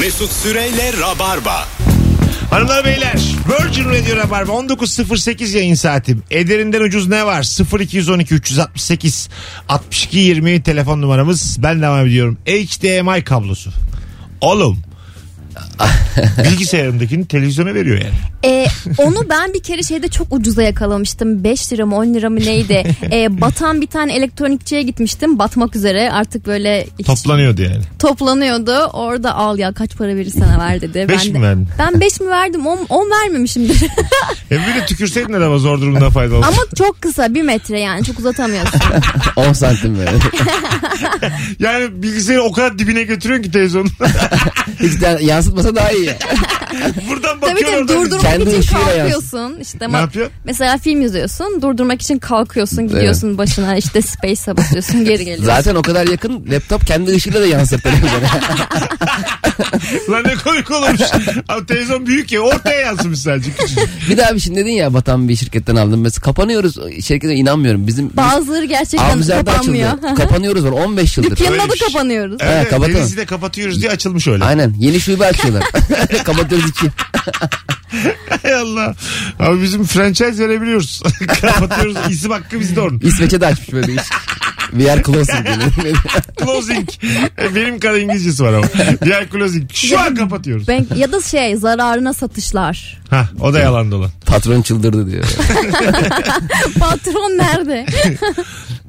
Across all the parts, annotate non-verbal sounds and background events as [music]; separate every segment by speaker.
Speaker 1: Mesut Süreyle Rabarba.
Speaker 2: Hanımlar beyler Virgin Radio Rabarba 19.08 yayın saati. Ederinden ucuz ne var? 0212 368 62 20 telefon numaramız. Ben devam ediyorum. HDMI kablosu. Oğlum. Bilgisayarımdakini televizyona veriyor yani.
Speaker 3: Ee, onu ben bir kere şeyde çok ucuza yakalamıştım. 5 lira mı 10 lira mı neydi? Ee, batan bir tane elektronikçiye gitmiştim. Batmak üzere artık böyle hiç-
Speaker 2: Toplanıyordu yani.
Speaker 3: toplanıyordu. Orada al ya kaç para verirsen ver dedi.
Speaker 2: Beş
Speaker 3: Ben
Speaker 2: mi
Speaker 3: de-
Speaker 2: verdin?
Speaker 3: Ben 5 mi verdim 10 10 vermemişimdir.
Speaker 2: E bir de tükürseydin araba zor durumda faydalı.
Speaker 3: [laughs] Ama çok kısa bir metre yani çok uzatamıyorsun.
Speaker 4: 10 santim [laughs] böyle.
Speaker 2: Yani bilgisayarı o kadar dibine götürüyorsun ki
Speaker 3: [laughs]
Speaker 2: televizyonun.
Speaker 4: Hiç de yansıtmasa daha iyi.
Speaker 2: Buradan
Speaker 3: Tabii
Speaker 2: bakıyor
Speaker 3: tabii
Speaker 2: oradan.
Speaker 3: durdurmak
Speaker 4: Kendi
Speaker 3: için
Speaker 4: ışığıyla
Speaker 3: kalkıyorsun. İşte
Speaker 2: Ne
Speaker 3: ma-
Speaker 2: yapıyor?
Speaker 3: mesela film yazıyorsun. Durdurmak için kalkıyorsun gidiyorsun başına işte space'e basıyorsun geri geliyorsun.
Speaker 4: Zaten o kadar yakın laptop kendi ışığıyla da yansıtır. [laughs]
Speaker 2: Lan ne komik
Speaker 3: [laughs]
Speaker 2: olmuş. Abi televizyon büyük ya ortaya yansımış sadece küçücük.
Speaker 4: bir daha bir şey dedin ya batan bir şirketten aldım. Mesela kapanıyoruz şirkete inanmıyorum. Bizim biz-
Speaker 3: Bazıları gerçekten
Speaker 4: Avcılar da
Speaker 3: kapanmıyor. [laughs]
Speaker 4: açıldı. Kapanıyoruz var 15 yıldır.
Speaker 3: Dükkanın adı
Speaker 2: Öyleymiş.
Speaker 3: kapanıyoruz.
Speaker 2: Evet,
Speaker 4: kapatalım.
Speaker 2: denizi de kapatıyoruz diye açılmış öyle.
Speaker 4: Aynen yeni şube
Speaker 3: [laughs]
Speaker 4: açıyorlar. [laughs] Kapatıyoruz iki.
Speaker 2: Hay Allah. Abi bizim franchise
Speaker 4: [laughs]
Speaker 2: verebiliyoruz. Kapatıyoruz. İsim hakkı bizde onun.
Speaker 4: İsveç'e de açmış böyle iş. VR Closing diye.
Speaker 2: Closing. E, Benim kadar İngilizcesi var ama. Diğer closing. Şu an kapatıyoruz.
Speaker 3: Ben, ya da şey zararına satışlar. [laughs]
Speaker 2: Ha, o da yalan dolan.
Speaker 4: [laughs] Patron çıldırdı [laughs] diyor.
Speaker 3: Patron nerede?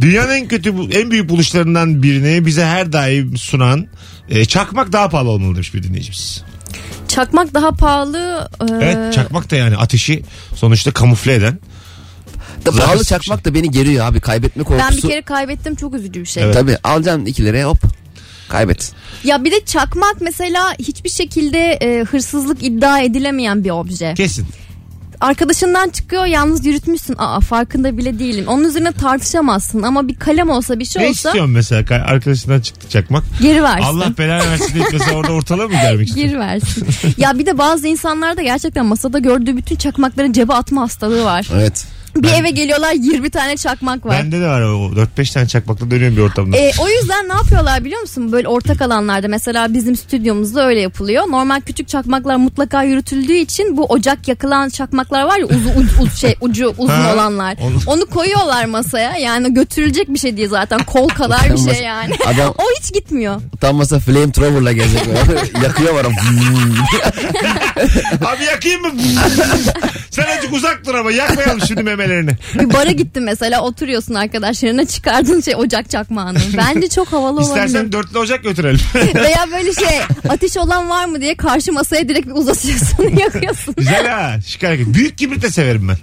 Speaker 2: Dünyanın en kötü, bu- en büyük buluşlarından birini bize her daim sunan e, çakmak daha pahalı olmalı demiş bir dinleyicimiz.
Speaker 3: Çakmak daha pahalı. e,
Speaker 2: Evet çakmak da yani ateşi sonuçta kamufle eden.
Speaker 4: Da
Speaker 2: Zaten
Speaker 4: pahalı çakmak da beni geriyor abi. Kaybetme korkusu.
Speaker 3: ben bir kere kaybettim çok üzücü bir şey.
Speaker 4: Tabii alacaksın 2 liraya hop. Kaybet.
Speaker 3: Ya bir de çakmak mesela hiçbir şekilde e, hırsızlık iddia edilemeyen bir obje.
Speaker 2: Kesin.
Speaker 3: Arkadaşından çıkıyor yalnız yürütmüşsün. Aa farkında bile değilim. Onun üzerine tartışamazsın ama bir kalem olsa bir şey
Speaker 2: Ne
Speaker 3: olsa
Speaker 2: istiyorsun mesela? Ka- Arkadaşından çıktı çakmak.
Speaker 3: geri versin.
Speaker 2: Allah belanı versin deyip mesela orada ortalığa mı
Speaker 3: [laughs]
Speaker 2: gelmek istiyorsun?
Speaker 3: Geri versin. ya bir de bazı insanlarda gerçekten masada gördüğü bütün çakmakları cebe atma hastalığı var.
Speaker 4: Evet.
Speaker 3: Bir eve geliyorlar 20 tane çakmak var.
Speaker 2: Bende de var o 4-5 tane çakmakla dönüyorum bir ortamda.
Speaker 3: Ee, o yüzden ne yapıyorlar biliyor musun? Böyle ortak alanlarda mesela bizim stüdyomuzda öyle yapılıyor. Normal küçük çakmaklar mutlaka yürütüldüğü için bu ocak yakılan çakmaklar var ya uzu, ucu, ucu- şey, ucu uzun
Speaker 2: Ha,
Speaker 3: olanlar.
Speaker 2: onu-
Speaker 3: Onu... koyuyorlar masaya yani götürülecek bir şey diye zaten kol kadar bir şey yani.
Speaker 4: [laughs] Adam-
Speaker 3: o hiç gitmiyor.
Speaker 4: Utanmasa flamethrower'la gezecek.
Speaker 2: [laughs]
Speaker 4: böyle. Yakıyor var.
Speaker 2: Abi yakayım mı? [laughs] Sen azıcık uzak dur ama yakmayalım şimdi memelerini.
Speaker 3: Bir bara gittin mesela oturuyorsun arkadaşlarına çıkardın şey ocak çakmağını. Bence çok havalı
Speaker 2: İstersen
Speaker 3: olabilir.
Speaker 2: dörtlü ocak götürelim. [laughs]
Speaker 3: Veya böyle şey ateş olan var mı diye karşı masaya direkt bir uzatıyorsun [laughs] yakıyorsun.
Speaker 2: Güzel ha. Şık hareket. Büyük kibrit de severim ben.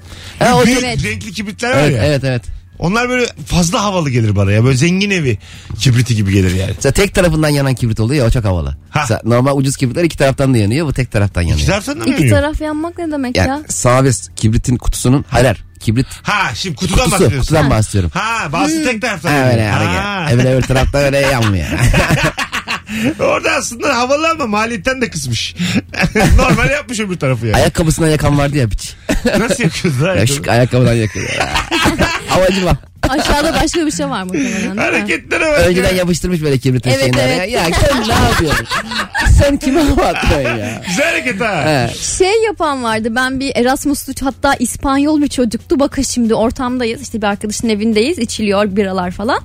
Speaker 4: Ha, o-
Speaker 2: Büyük
Speaker 3: evet.
Speaker 2: renkli kibritler var
Speaker 4: evet
Speaker 2: ya.
Speaker 4: evet evet.
Speaker 2: Onlar böyle fazla havalı gelir bana ya. Böyle zengin evi kibriti gibi gelir yani.
Speaker 4: Mesela tek tarafından yanan kibrit oluyor ya o çok havalı.
Speaker 2: Ha.
Speaker 4: Mesela normal ucuz kibritler iki taraftan da yanıyor bu tek taraftan yanıyor.
Speaker 2: İki taraftan da mı
Speaker 3: İki
Speaker 2: yanıyor?
Speaker 3: taraf yanmak ne demek ya?
Speaker 4: Yani sağ ve kibritin kutusunun hayır, hayır kibrit
Speaker 2: Ha şimdi kutudan
Speaker 4: kutusu
Speaker 2: bahsediyorsun.
Speaker 4: kutudan bahsediyorum.
Speaker 2: Ha bazı tek taraftan.
Speaker 4: Ha, öyle
Speaker 2: yanıyor.
Speaker 4: yani.
Speaker 2: Ha.
Speaker 4: Öbür öbür tarafta öyle yanmıyor.
Speaker 2: [laughs] Orada aslında havalı ama maliyetten de kısmış. [laughs] Normal yapmış öbür tarafı yani.
Speaker 4: Ayakkabısından yakan vardı ya piç.
Speaker 2: Nasıl yakıyorsun?
Speaker 4: Ya
Speaker 2: ayakkabı?
Speaker 4: şu ayakkabıdan yakıyor.
Speaker 2: [laughs]
Speaker 4: Havacı bak.
Speaker 3: Aşağıda başka bir şey var mı?
Speaker 2: Hareketlere bak. ya.
Speaker 4: Önceden yapıştırmış böyle kibritin
Speaker 3: Evet,
Speaker 4: şeyini
Speaker 3: evet.
Speaker 4: araya. Ya sen ne yapıyorsun? sen kime hava atıyorsun ya?
Speaker 2: Güzel hareket ha.
Speaker 4: He.
Speaker 3: Şey yapan vardı ben bir Erasmus'lu hatta İspanyol bir çocuktu. Bakın şimdi ortamdayız işte bir arkadaşın evindeyiz içiliyor biralar falan.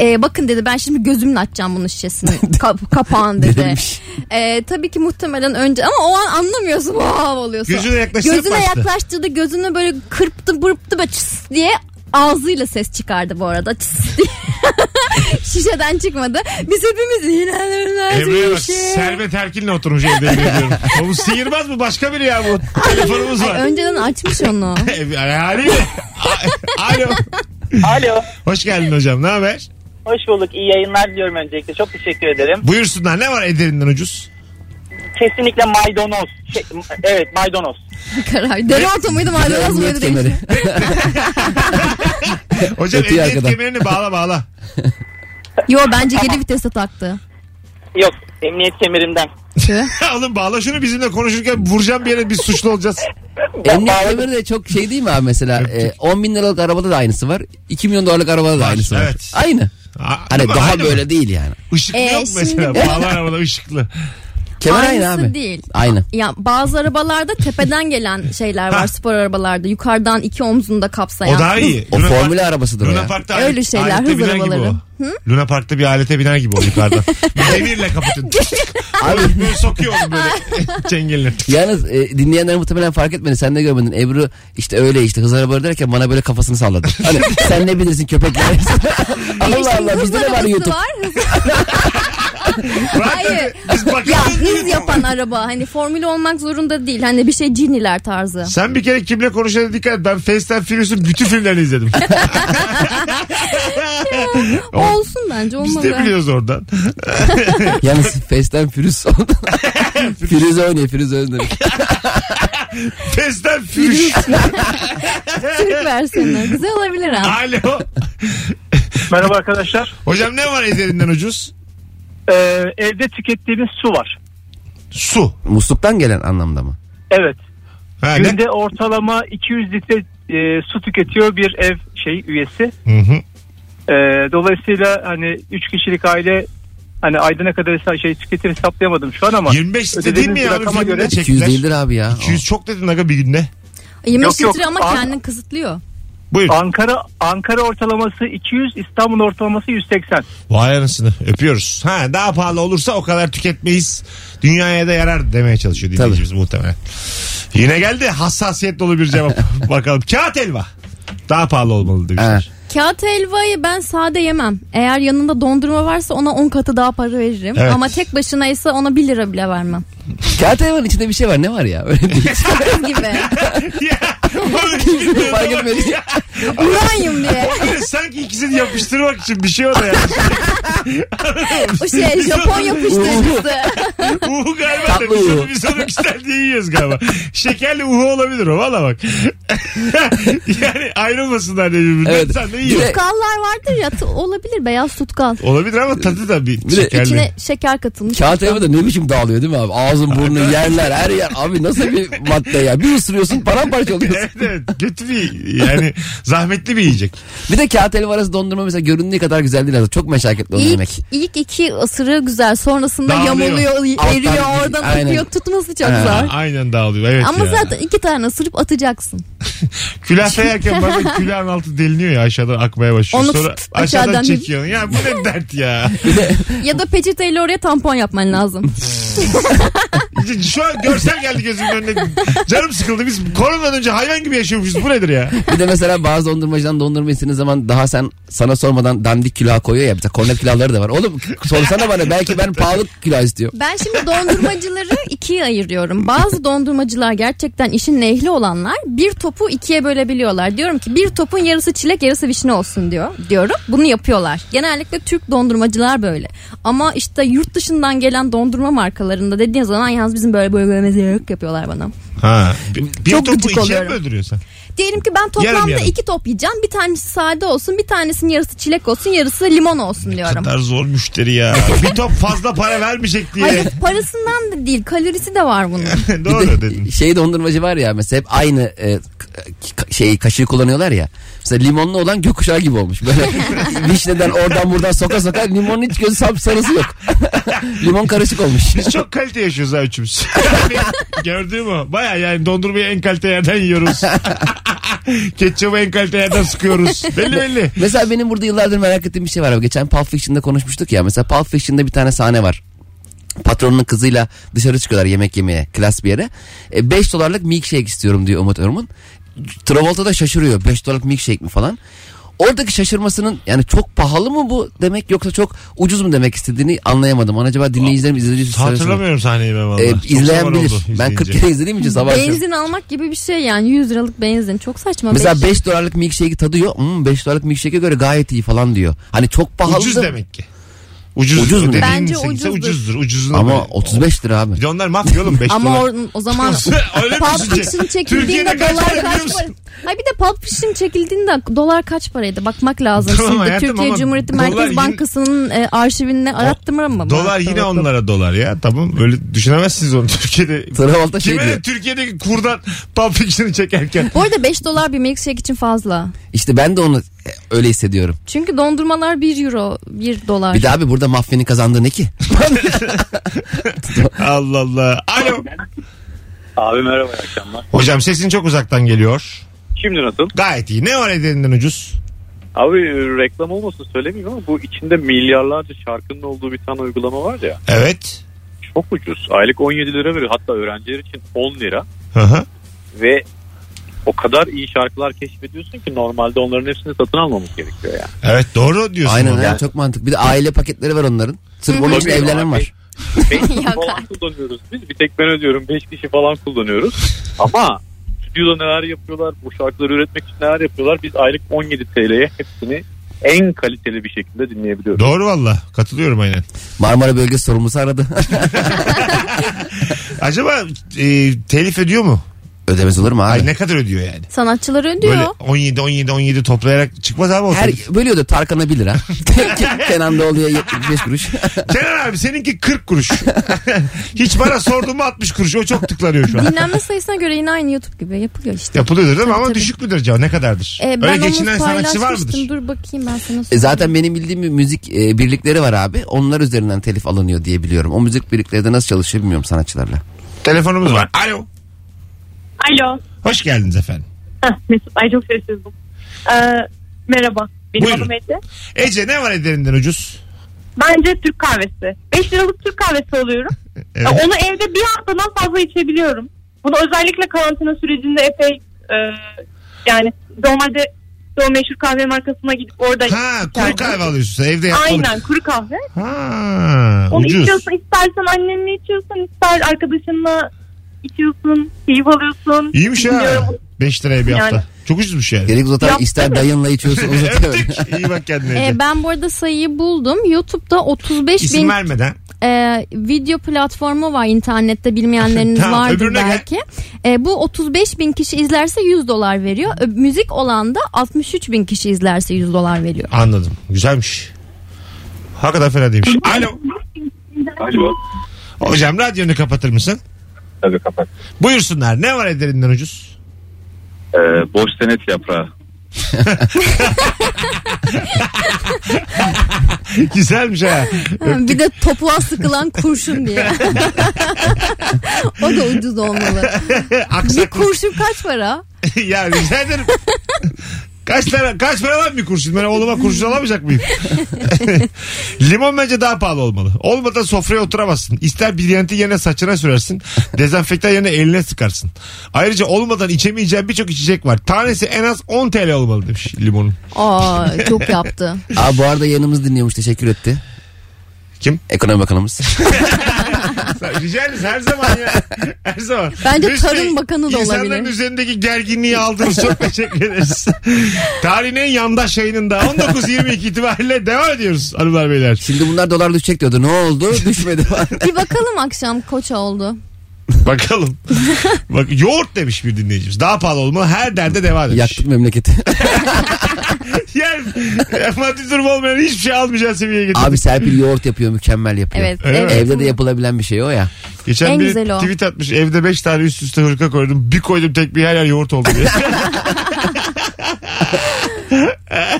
Speaker 3: Ee, bakın dedi ben şimdi gözümle açacağım
Speaker 2: [laughs]
Speaker 3: bunun şişesini Kap- kapağın dedi.
Speaker 4: Demiş.
Speaker 3: Ee, tabii ki muhtemelen önce ama o an anlamıyorsun wow oluyorsun.
Speaker 2: Gözüne yaklaştırıp
Speaker 3: Gözüne
Speaker 2: bastı.
Speaker 3: yaklaştırdı gözünü böyle kırptı bırptı böyle çıs diye ağzıyla ses çıkardı bu arada çıs diye. [laughs] Şişeden çıkmadı. Biz hepimiz inanılmaz
Speaker 2: Emre'ye
Speaker 3: bir
Speaker 2: bak
Speaker 3: şey.
Speaker 2: Servet Erkin'le oturmuş evde yemin ediyorum. O bu sihirbaz mı başka biri ya bu? Telefonumuz var.
Speaker 3: Ay,
Speaker 2: [laughs]
Speaker 3: E, önceden açmış onu. [laughs]
Speaker 2: E, Haliyle. A- [laughs] Alo.
Speaker 5: Alo.
Speaker 2: Hoş geldin hocam ne haber?
Speaker 5: Hoş bulduk. İyi yayınlar diliyorum öncelikle. Çok teşekkür ederim.
Speaker 2: Buyursunlar ne var Ederinden ucuz?
Speaker 5: Kesinlikle maydanoz. Şey, evet maydanoz.
Speaker 3: Karay. Deri altı muydu maydanoz muydu
Speaker 4: Emniyet
Speaker 3: diye.
Speaker 4: kemeri.
Speaker 2: Hocam
Speaker 4: Ötüyor
Speaker 2: emniyet
Speaker 4: arkadan.
Speaker 2: kemerini bağla bağla. [laughs]
Speaker 3: Yo bence geri vitese taktı.
Speaker 5: Yok emniyet kemerimden.
Speaker 3: Tüh.
Speaker 2: Oğlum bağla şunu bizimle konuşurken vuracağım bir yere biz suçlu olacağız.
Speaker 4: Emniyet kemeri de çok şey değil mi abi mesela? E, 10 bin liralık arabada da aynısı var. 2 milyon dolarlık arabada da
Speaker 2: Var,
Speaker 4: aynısı var.
Speaker 2: evet.
Speaker 4: Aynı.
Speaker 2: Aa,
Speaker 4: Hani
Speaker 2: değil mi?
Speaker 4: daha
Speaker 2: Aynı mı?
Speaker 4: böyle değil yani.
Speaker 2: Işıklı
Speaker 3: Ee,
Speaker 2: yok mesela.
Speaker 3: şimdi-
Speaker 2: Bağla arabada ışıklı.
Speaker 4: Kemer aynı
Speaker 3: Aynısı
Speaker 4: abi.
Speaker 3: değil.
Speaker 4: Aynı.
Speaker 3: Ya bazı arabalarda tepeden gelen şeyler
Speaker 2: Ha.
Speaker 3: var spor arabalarda. Yukarıdan iki omzunda kapsayan.
Speaker 2: O daha iyi.
Speaker 4: O
Speaker 2: Luna Park-
Speaker 4: formül arabasıdır o
Speaker 2: Luna
Speaker 4: ya.
Speaker 2: Park'ta
Speaker 3: Öyle
Speaker 2: alet-
Speaker 3: şeyler,
Speaker 2: alete
Speaker 3: hız
Speaker 2: biner gibi
Speaker 3: arabaları.
Speaker 2: o. Luna Park'ta bir alete biner gibi o
Speaker 3: [laughs]
Speaker 2: yukarıdan. Demirle kapatın. Abi. Böyle sokuyor onu
Speaker 3: [laughs]
Speaker 2: böyle çengeline.
Speaker 4: Yalnız e, dinleyenler muhtemelen fark etmedi. Sen de görmedin. Ebru işte öyle işte hız arabaları derken bana böyle
Speaker 2: [laughs]
Speaker 4: kafasını salladı. Hani sen ne bilirsin köpekler. Allah Allah bizde de var YouTube.
Speaker 3: Hız-
Speaker 2: Hayır.
Speaker 3: Hayır.
Speaker 2: Biz bakalım.
Speaker 3: ya hız yapan araba. Hani formül olmak zorunda değil. Hani bir şey ciniler tarzı.
Speaker 2: Sen bir kere kimle konuşana dikkat et. Ben Fast and Furious'un bütün filmlerini
Speaker 3: [laughs]
Speaker 2: izledim.
Speaker 3: Olsun bence
Speaker 2: Biz
Speaker 3: olmadı.
Speaker 2: de biliyoruz oradan.
Speaker 4: Yalnız Fast and
Speaker 2: [laughs]
Speaker 4: Furious oldu. Firuze oynuyor Firuze oynuyor.
Speaker 2: Fast and
Speaker 3: [laughs]
Speaker 2: Furious.
Speaker 3: [laughs] Türk versiyonu. Güzel olabilir ha.
Speaker 2: Alo.
Speaker 6: Merhaba arkadaşlar.
Speaker 2: Hocam ne var ezerinden ucuz?
Speaker 6: Ee, evde tükettiğimiz su var.
Speaker 2: Su.
Speaker 4: Musluktan gelen anlamda mı?
Speaker 6: Evet.
Speaker 2: Ha, ne?
Speaker 6: Günde ortalama 200 litre e, su tüketiyor bir ev şey üyesi.
Speaker 2: Hı hı.
Speaker 6: Ee, dolayısıyla hani 3 kişilik aile hani aydına kadar hesa- şey tüketir hesaplayamadım şu an ama
Speaker 2: 25 litre değil
Speaker 6: ödediğiniz
Speaker 2: mi ya? Abi,
Speaker 6: rakama
Speaker 2: filmde
Speaker 6: göre-
Speaker 2: çektiler.
Speaker 4: 200 değildir abi ya.
Speaker 2: 200 çok dedin aga bir günde.
Speaker 3: 25
Speaker 6: Yok, yok.
Speaker 3: litre ama
Speaker 6: Aa.
Speaker 3: kendini kısıtlıyor.
Speaker 2: Buyur.
Speaker 6: Ankara Ankara ortalaması 200, İstanbul ortalaması 180.
Speaker 2: Vay anasını öpüyoruz. Ha daha pahalı olursa o kadar tüketmeyiz. Dünyaya da yarar demeye çalışıyor dinleyicimiz muhtemelen. Yine geldi hassasiyet dolu bir
Speaker 4: [laughs]
Speaker 2: cevap. Bakalım. Kağıt elva. Daha pahalı olmalı
Speaker 4: Ha.
Speaker 2: demişler.
Speaker 3: Kağıt helvayı ben sade yemem. Eğer yanında dondurma varsa ona 10 katı daha para veririm.
Speaker 2: Evet.
Speaker 3: Ama tek başına ise ona 1 lira bile vermem.
Speaker 4: Kağıt hayvanın içinde bir şey var ne var ya?
Speaker 2: [laughs]
Speaker 4: Öyle değil.
Speaker 3: gibi.
Speaker 2: Ya,
Speaker 4: [laughs]
Speaker 2: oğlum hiç bilmiyorum
Speaker 4: Fark
Speaker 2: ama-
Speaker 4: etmedi.
Speaker 3: [laughs] Uranyum diye.
Speaker 2: Hayır, [laughs] Sanki ikisini yapıştırmak için bir şey o da
Speaker 4: [laughs]
Speaker 2: ya.
Speaker 3: O şey Japon yapıştırıcısı.
Speaker 2: Uhu galiba da
Speaker 4: Tatlı
Speaker 2: bir,
Speaker 4: uhu.
Speaker 2: son, bir sonraki sende yiyoruz galiba. Şekerli uhu olabilir o valla bak. [laughs] yani ayrılmasınlar diye birbirinden.
Speaker 4: Evet.
Speaker 2: Sen de
Speaker 4: Bir
Speaker 2: yiyorsun.
Speaker 4: de-
Speaker 3: Tutkallar vardır ya t- olabilir beyaz tutkal.
Speaker 2: Olabilir ama tadı da bir,
Speaker 4: de
Speaker 2: şekerli.
Speaker 3: İçine şeker katılmış.
Speaker 4: Kağıt hayvanı da ne biçim dağılıyor değil mi abi? Ağzın burnu yerler her yer. Abi nasıl bir madde ya? Bir ısırıyorsun paramparça oluyorsun.
Speaker 3: [laughs]
Speaker 2: Evet evet kötü bir yani zahmetli bir yiyecek.
Speaker 4: Bir de kağıt helva arası dondurma mesela göründüğü kadar güzel değil. aslında. Çok meşakkatli onu
Speaker 3: İlk,
Speaker 4: yemek.
Speaker 3: ilk iki ısırığı güzel sonrasında
Speaker 2: Dağılıyor.
Speaker 3: yamuluyor y-
Speaker 4: Alttan-
Speaker 3: eriyor oradan
Speaker 4: Aynen.
Speaker 3: akıyor tutması çok
Speaker 4: Ha.
Speaker 3: zor.
Speaker 2: Aynen dağılıyor evet
Speaker 3: Ama
Speaker 2: ya.
Speaker 3: zaten iki tane ısırıp atacaksın.
Speaker 2: Külah yerken
Speaker 3: [laughs]
Speaker 2: bazen külahın altı deliniyor ya aşağıdan akmaya başlıyor.
Speaker 3: Onu
Speaker 2: Sonra
Speaker 3: tut-
Speaker 2: aşağıdan,
Speaker 3: aşağıdan-
Speaker 2: çekiyorsun. Ya bu ne dert ya. [laughs]
Speaker 3: Ya da peçeteyle oraya tampon yapman
Speaker 4: [laughs]
Speaker 3: lazım.
Speaker 2: Şu an görsel geldi gözümün önüne. Canım sıkıldı. Biz koronadan önce hayvan gibi yaşıyormuşuz. Bu nedir ya?
Speaker 4: Bir de mesela bazı dondurmacıdan dondurma istediğin zaman daha sen sana sormadan dandik külah koyuyor ya. Mesela kornet külahları da var. Oğlum sorsana bana belki ben pahalı külah istiyorum.
Speaker 3: Ben şimdi dondurmacıları [laughs] ikiye ayırıyorum. Bazı dondurmacılar gerçekten işin ehli olanlar bir topu ikiye bölebiliyorlar. Diyorum ki bir topun yarısı çilek yarısı vişne olsun diyor. Diyorum bunu yapıyorlar. Genellikle Türk dondurmacılar böyle. Ama işte yurt dışından gelen dondurma markalarında dediğin zaman yalnız bizim böyle böyle böyle yok yapıyorlar bana.
Speaker 2: Ha. Bir, bir
Speaker 3: Çok
Speaker 2: topu
Speaker 3: gıcık
Speaker 2: ikiye
Speaker 3: oluyorum.
Speaker 2: mi öldürüyorsun?
Speaker 3: Diyelim ki ben toplamda
Speaker 2: Yarım yarım.
Speaker 3: iki top yiyeceğim. Bir tanesi sade olsun bir tanesinin yarısı çilek olsun yarısı limon olsun diyorum.
Speaker 2: Kadar zor müşteri ya. bir top fazla para vermeyecek diye.
Speaker 3: Hayır parasından da değil kalorisi de var bunun.
Speaker 2: [laughs] Doğru dedin.
Speaker 4: Şey dondurmacı var ya mesela hep aynı e, k- şeyi kaşığı kullanıyorlar ya. Mesela limonlu olan gökkuşağı gibi olmuş. Böyle [laughs] vişneden oradan buradan soka soka limonun hiç gözü sap sarısı yok. [laughs] Limon karışık olmuş.
Speaker 2: Biz çok kalite yaşıyoruz ha üçümüz. [laughs] Benim Gördüğüm o. Baya yani dondurmayı en kalite yerden yiyoruz. [laughs] Ketçabı en kalite yerden sıkıyoruz. Belli belli.
Speaker 4: Mesela benim burada yıllardır merak ettiğim bir şey var abi. Geçen Pulp Fiction'da konuşmuştuk ya. Mesela Pulp Fiction'da bir tane sahne var. Patronunun kızıyla dışarı çıkıyorlar yemek yemeye. Klas bir yere. 5 dolarlık milkshake istiyorum diyor Umut Örmun. Travolta da şaşırıyor. 5 dolarlık milkshake mi falan. Oradaki şaşırmasının yani çok pahalı mı bu demek yoksa çok ucuz mu demek istediğini anlayamadım. Onu acaba dinleyicilerim izleyicilerim
Speaker 2: Hatırlamıyorum sahneyi ben valla.
Speaker 4: Ee,
Speaker 2: Çok
Speaker 4: izleyen
Speaker 2: zaman
Speaker 4: bilir.
Speaker 2: oldu
Speaker 4: Ben 40
Speaker 2: izleyince.
Speaker 4: kere izlediğim için sabah akşam.
Speaker 3: Benzin almak gibi bir şey yani 100 liralık benzin çok saçma.
Speaker 4: Mesela
Speaker 3: Beş-
Speaker 4: 5 dolarlık milkshake'i tadıyor. Hmm, 5 dolarlık milkshake'e göre gayet iyi falan diyor. Hani çok pahalı.
Speaker 2: Ucuz
Speaker 4: da-
Speaker 2: demek ki. Ucuz.
Speaker 4: Ucuz mu?
Speaker 2: Dediğin
Speaker 3: Bence
Speaker 2: sekizse
Speaker 3: ucuzdur.
Speaker 2: ucuzdur. Ucuzun
Speaker 4: Ama 35 lira abi.
Speaker 2: Bir de onlar mafya oğlum 5
Speaker 3: ama
Speaker 2: dolar.
Speaker 3: o, o zaman
Speaker 2: [laughs] Öyle mi
Speaker 3: Pulp
Speaker 2: düşünce?
Speaker 3: Fiction
Speaker 2: Türkiye'de
Speaker 3: çekildiğinde
Speaker 2: kaç para
Speaker 3: dolar
Speaker 2: biliyor
Speaker 3: kaç
Speaker 2: musun?
Speaker 3: para? Ay bir de Pulp Fiction çekildiğinde dolar kaç paraydı? Bakmak lazım.
Speaker 2: Tamam
Speaker 3: Şimdi
Speaker 2: hayatım ama
Speaker 3: Türkiye Cumhuriyeti
Speaker 2: dolar
Speaker 3: Merkez
Speaker 2: yine-
Speaker 3: Bankası'nın e, arşivinde arattım ama.
Speaker 2: Dolar yine onlara dolar ya. Tamam öyle düşünemezsiniz onu Türkiye'de.
Speaker 4: Travolta şey
Speaker 2: Kime de
Speaker 4: diyor.
Speaker 2: Türkiye'deki kurdan Pulp Fiction'ı çekerken.
Speaker 3: Bu arada 5 dolar bir milkshake için fazla.
Speaker 4: İşte ben de onu öyle hissediyorum.
Speaker 3: Çünkü dondurmalar 1 euro 1 dolar.
Speaker 4: Bir de abi burada mafyanın kazandığı ne ki?
Speaker 2: Allah Allah. Alo.
Speaker 5: Abi merhaba iyi akşamlar.
Speaker 2: Hocam sesin çok uzaktan geliyor.
Speaker 5: Şimdi nasıl?
Speaker 2: Gayet iyi. Ne var ederinden ucuz?
Speaker 5: Abi e, reklam olmasın söylemeyeyim ama bu içinde milyarlarca şarkının olduğu bir tane uygulama var ya.
Speaker 2: Evet.
Speaker 5: Çok ucuz. Aylık 17 lira veriyor. Hatta öğrenciler için 10 lira.
Speaker 2: Hı hı.
Speaker 5: Ve o kadar iyi şarkılar keşfediyorsun ki normalde onların hepsini satın almamız gerekiyor yani.
Speaker 2: Evet doğru diyorsun.
Speaker 4: Aynen
Speaker 2: hocam.
Speaker 4: öyle çok mantıklı. Bir de aile paketleri var onların. Sırf onun için
Speaker 5: Tabii
Speaker 4: evlenen
Speaker 5: abi.
Speaker 4: var.
Speaker 5: 5 kişi
Speaker 3: Yok
Speaker 5: falan kullanıyoruz biz. Bir tek ben ödüyorum. 5 kişi falan kullanıyoruz. Ama stüdyoda neler yapıyorlar, bu şarkıları üretmek için neler yapıyorlar. Biz aylık 17 TL'ye hepsini en kaliteli bir şekilde dinleyebiliyoruz.
Speaker 2: Doğru valla. Katılıyorum aynen.
Speaker 4: Marmara Bölge sorumlusu aradı. [laughs]
Speaker 2: Acaba e, telif ediyor mu?
Speaker 4: Ödemez olur mu abi?
Speaker 2: Ay ne kadar ödüyor yani?
Speaker 3: Sanatçılar ödüyor.
Speaker 2: Böyle 17 17 17 toplayarak çıkmaz abi o
Speaker 4: Her
Speaker 2: telif.
Speaker 4: böyle ödüyor Tarkan'a 1
Speaker 2: [laughs]
Speaker 4: lira. Kenan'da oluyor 75 kuruş.
Speaker 2: Kenan abi seninki 40
Speaker 4: [laughs]
Speaker 2: kuruş. Hiç bana sordun mu 60 kuruş. O çok tıklanıyor şu an.
Speaker 3: Dinlenme sayısına göre yine aynı YouTube gibi yapılıyor işte.
Speaker 2: Yapılıyordur değil mi?
Speaker 3: Tabii,
Speaker 2: Ama
Speaker 3: tabii.
Speaker 2: düşük müdür acaba? Ne kadardır?
Speaker 3: Ee, ben
Speaker 2: Öyle
Speaker 3: onu
Speaker 2: geçinen sanatçı var
Speaker 3: paylaşmıştım.
Speaker 2: mıdır?
Speaker 3: Dur bakayım ben sana
Speaker 4: E
Speaker 3: söyleyeyim.
Speaker 4: Zaten benim bildiğim bir müzik e, birlikleri var abi. Onlar üzerinden telif alınıyor diye biliyorum. O müzik birlikleri de nasıl çalışıyor bilmiyorum sanatçılarla.
Speaker 2: Telefonumuz var. Alo.
Speaker 7: Alo.
Speaker 2: Hoş geldiniz efendim.
Speaker 7: Heh, Mesut. Ay çok sessizdim. Ee, merhaba. Benim
Speaker 2: Buyurun.
Speaker 7: adım Ece.
Speaker 2: Ece ne var ederinden ucuz?
Speaker 7: Bence Türk kahvesi. 5 liralık Türk kahvesi alıyorum.
Speaker 2: [laughs] Evet.
Speaker 7: Ya Onu evde bir haftadan fazla içebiliyorum. Bunu özellikle karantina sürecinde epey e, yani normalde işte o meşhur kahve markasına gidip orada
Speaker 2: Ha kuru
Speaker 7: içerdim.
Speaker 2: kahve alıyorsun sen evde yapmalık.
Speaker 7: Aynen kuru kahve.
Speaker 2: Ha
Speaker 7: Onu
Speaker 2: ucuz.
Speaker 7: içiyorsun istersen annenle içiyorsun ister arkadaşınla içiyorsun keyif alıyorsun.
Speaker 2: İyiymiş ha.
Speaker 7: Bilmiyorum.
Speaker 2: 5 liraya bir
Speaker 7: Yani.
Speaker 2: hafta. Çok ucuzmuş yani. [laughs]
Speaker 4: Gerek uzatan
Speaker 7: Yaptı
Speaker 4: ister dayınla içiyorsun uzatıyor.
Speaker 2: Öptük. İyi bak kendine Ece.
Speaker 3: Ee, ben bu arada sayıyı buldum. YouTube'da 35
Speaker 2: İsim
Speaker 3: bin
Speaker 2: vermeden.
Speaker 3: e, video platformu var internette
Speaker 2: [laughs]
Speaker 3: bilmeyenleriniz
Speaker 2: Tamam,
Speaker 3: vardır
Speaker 2: öbürüne gel.
Speaker 3: belki. E, bu 35 bin kişi izlerse 100 dolar veriyor. Ö- müzik olan da 63 bin kişi izlerse 100 dolar veriyor.
Speaker 2: Anladım. Güzelmiş. Hakikaten fena değilmiş. Alo.
Speaker 5: Alo.
Speaker 2: Hocam radyonu kapatır mısın?
Speaker 5: Tabii kapat.
Speaker 2: Buyursunlar. Ne var ederinden ucuz? [laughs]
Speaker 5: Ee, boş senet yaprağı.
Speaker 2: Güzelmiş ha.
Speaker 3: Ha, bir de topuğa sıkılan
Speaker 2: [laughs]
Speaker 3: kurşun diye. o da ucuz olmalı. Bir
Speaker 2: Aksak
Speaker 3: kurşun kaç para?
Speaker 2: [laughs] ya rica ederim. Kaç tane kaç para lan bir kurşun? Ben oğluma kurşun alamayacak mıyım? [laughs] Limon bence daha pahalı olmalı. Olmadan sofraya oturamazsın. İster bilyenti yerine saçına sürersin. Dezenfektan yerine eline sıkarsın. Ayrıca olmadan içemeyeceğin birçok içecek var. Tanesi en az 10 TL olmalı demiş limonun. [laughs]
Speaker 3: Aa çok yaptı.
Speaker 4: Aa, bu arada yanımız dinliyormuş teşekkür etti.
Speaker 2: Kim?
Speaker 4: Ekonomi Bakanımız.
Speaker 2: Rica ederiz her zaman ya. Her zaman.
Speaker 3: Bence
Speaker 2: Mesut
Speaker 3: Tarım
Speaker 2: Bey,
Speaker 3: Bakanı da
Speaker 2: İnsanların
Speaker 3: olabilir.
Speaker 2: üzerindeki gerginliği aldınız. Çok teşekkür
Speaker 3: [laughs]
Speaker 2: ederiz. Tarihin en yandaş yayınında 19.22 itibariyle devam ediyoruz hanımlar beyler.
Speaker 4: Şimdi bunlar dolar düşecek diyordu. Ne oldu?
Speaker 2: [laughs]
Speaker 4: Düşmedi falan.
Speaker 3: Bir bakalım akşam koça oldu. [laughs]
Speaker 2: Bakalım. Bak yoğurt demiş bir dinleyicimiz. Daha pahalı olma her derde devam demiş.
Speaker 4: Yaktık memleketi.
Speaker 2: [laughs] Yani maddi durum olmayan hiçbir şey almayacağı seviyeye getirdik.
Speaker 4: Abi Serpil yoğurt yapıyor mükemmel yapıyor.
Speaker 3: Evet.
Speaker 2: Öyle mi?
Speaker 3: evet.
Speaker 4: Evde de yapılabilen bir şey o ya.
Speaker 2: Geçen
Speaker 3: En
Speaker 2: bir
Speaker 3: güzeli o.
Speaker 2: tweet atmış. Evde 5 tane üst üste hırka koydum. Bir koydum tek bir her yer yoğurt oldu diye. [laughs]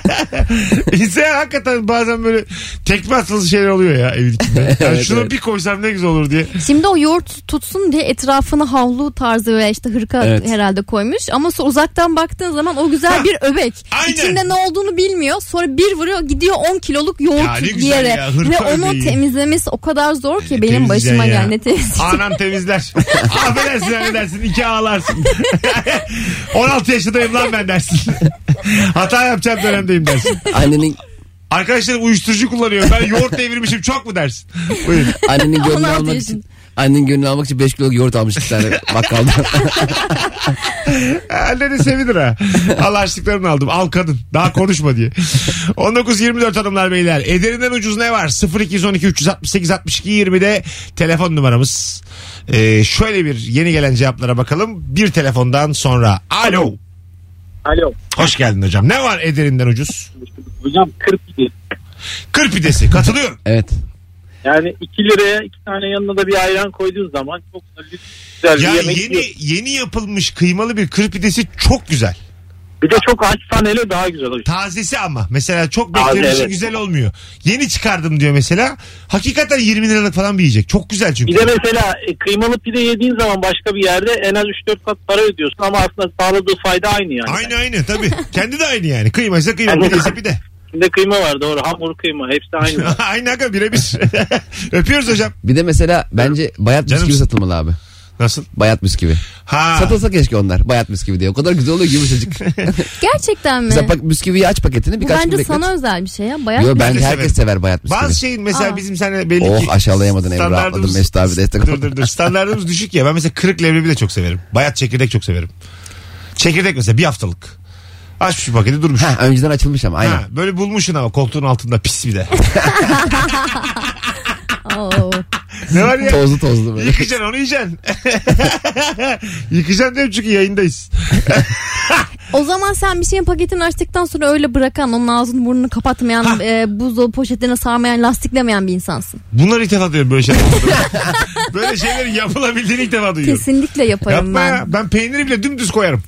Speaker 2: İnsan hakikaten bazen böyle tekme atılası şeyler oluyor ya evin içinde.
Speaker 4: [laughs]
Speaker 2: Yani
Speaker 4: Evet,
Speaker 2: şunu
Speaker 4: evet.
Speaker 2: bir koysam ne güzel olur diye.
Speaker 3: Şimdi o yoğurt tutsun diye etrafına havlu tarzı veya işte hırka
Speaker 4: Evet.
Speaker 3: herhalde koymuş. Ama so- uzaktan baktığın zaman o güzel bir öbek.
Speaker 2: aynen.
Speaker 3: İçinde ne olduğunu bilmiyor. Sonra bir vuruyor gidiyor 10 kiloluk
Speaker 2: Ya ne
Speaker 3: yoğurt
Speaker 2: güzel
Speaker 3: bir yere.
Speaker 2: ya, hırka
Speaker 3: Ve onu
Speaker 2: öbeği.
Speaker 3: temizlemesi o kadar zor ki benim
Speaker 2: temizleyeceksin
Speaker 3: başıma
Speaker 2: ya.
Speaker 3: geldi. Temizleyeceksin.
Speaker 2: Anam temizler. Affedersin affedersin. iki ağlarsın. 16 yaşındayım lan ben dersin. Hata yapacağım dönemdeyim dersin.
Speaker 4: Annenin
Speaker 2: Arkadaşlarım uyuşturucu kullanıyor. Ben yoğurt devirmişim çok mu dersin? Buyurun.
Speaker 3: [laughs]
Speaker 4: annenin gönlünü
Speaker 3: 16
Speaker 4: almak için
Speaker 3: yaşında.
Speaker 4: annenin gönlünü almak için 5 kilo yoğurt almış bir tane
Speaker 2: [laughs]
Speaker 4: bakkaldan.
Speaker 2: Anneni E, sevinir ha. Allah açlıklarını aldım. Al kadın. Daha konuşma diye. 19-24 hanımlar beyler. Ederinden ucuz ne var? 0212 368 62 20'de telefon numaramız. Ee, şöyle bir yeni gelen cevaplara bakalım. Bir telefondan sonra. Alo.
Speaker 5: Alo.
Speaker 2: Hoş geldin hocam. Ne var ederinden ucuz?
Speaker 5: Hocam 40 değil.
Speaker 2: Kır pidesi. Katılıyorum.
Speaker 4: evet.
Speaker 5: Yani 2 liraya 2 tane yanına da bir ayran koyduğun zaman çok da lüks, güzel
Speaker 2: Ya
Speaker 5: bir yemek
Speaker 2: yeni yeni yapılmış kıymalı bir kır pidesi çok güzel.
Speaker 5: Bir de çok hastaneli daha güzel. oluyor.
Speaker 2: Tazesi ama. Mesela çok
Speaker 5: Taze,
Speaker 2: beklemişim
Speaker 5: evet.
Speaker 2: güzel olmuyor. Yeni çıkardım diyor mesela. Hakikaten 20 liralık falan bir yiyecek. Çok güzel çünkü.
Speaker 5: Bir de mesela e, kıymalı pide yediğin zaman başka bir yerde en az 3-4 kat para ödüyorsun ama aslında sağladığı fayda aynı yani.
Speaker 2: Aynı aynı tabii. Kendi de aynı yani. Kıymaysa kıyma,
Speaker 5: Aynen.
Speaker 2: pideyse pide.
Speaker 5: İçinde kıyma var doğru hamur kıyma hepsi aynı.
Speaker 2: [laughs] aynı hakikaten birebir. [laughs] Öpüyoruz hocam.
Speaker 4: Bir de mesela bence bayat
Speaker 2: Canım.
Speaker 4: bisküvi satılmalı abi.
Speaker 2: Nasıl?
Speaker 4: Bayat bisküvi.
Speaker 2: Ha.
Speaker 4: Satılsa keşke onlar. Bayat bisküvi diye. O kadar güzel oluyor
Speaker 2: [laughs]
Speaker 4: ki yumuşacık.
Speaker 3: Gerçekten mi?
Speaker 4: Mesela bak bisküviyi aç paketini
Speaker 3: Bu
Speaker 4: birkaç gün
Speaker 3: bence
Speaker 4: beklet.
Speaker 3: sana özel bir şey ya. Bayağı
Speaker 4: Yo,
Speaker 3: bir-
Speaker 4: bence
Speaker 2: de
Speaker 4: herkes
Speaker 2: severim.
Speaker 4: sever bayat bisküvi.
Speaker 2: Bazı şey- şeyin mesela
Speaker 3: Aa.
Speaker 2: bizim seninle belli
Speaker 4: Oh,
Speaker 2: ki
Speaker 4: aşağılayamadın Emre,
Speaker 2: standardımız-
Speaker 4: atladın. Mesut abi destek
Speaker 2: Dur
Speaker 4: oldu.
Speaker 2: dur dur standartımız düşük ya ben mesela kırık levrebi de çok severim. Bayat çekirdek çok severim. Çekirdek mesela bir haftalık. Açmış bir paketi durmuş.
Speaker 4: Ha, önceden açılmış ama aynen.
Speaker 2: Ha, böyle bulmuşsun ama koltuğun altında pis bir de. [laughs]
Speaker 3: Oo.
Speaker 2: ne var ya?
Speaker 4: Tozlu tozlu
Speaker 2: [laughs]
Speaker 4: böyle.
Speaker 2: Yıkacaksın onu yiyeceksin. yıkacaksın diyorum çünkü yayındayız. [laughs]
Speaker 3: O zaman sen bir şeyin paketini açtıktan sonra öyle bırakan, onun ağzını burnunu kapatmayan, e, buzdolabı poşetlerine sarmayan, lastiklemeyen bir insansın.
Speaker 2: Bunları ilk defa duyuyorum böyle
Speaker 4: [laughs]
Speaker 2: şeyler. böyle şeyler yapılabildiğini ilk defa duyuyorum.
Speaker 3: Kesinlikle yaparım
Speaker 2: Yapma ya.
Speaker 3: ben.
Speaker 2: Ben peyniri bile dümdüz
Speaker 3: [laughs]
Speaker 2: koyarım.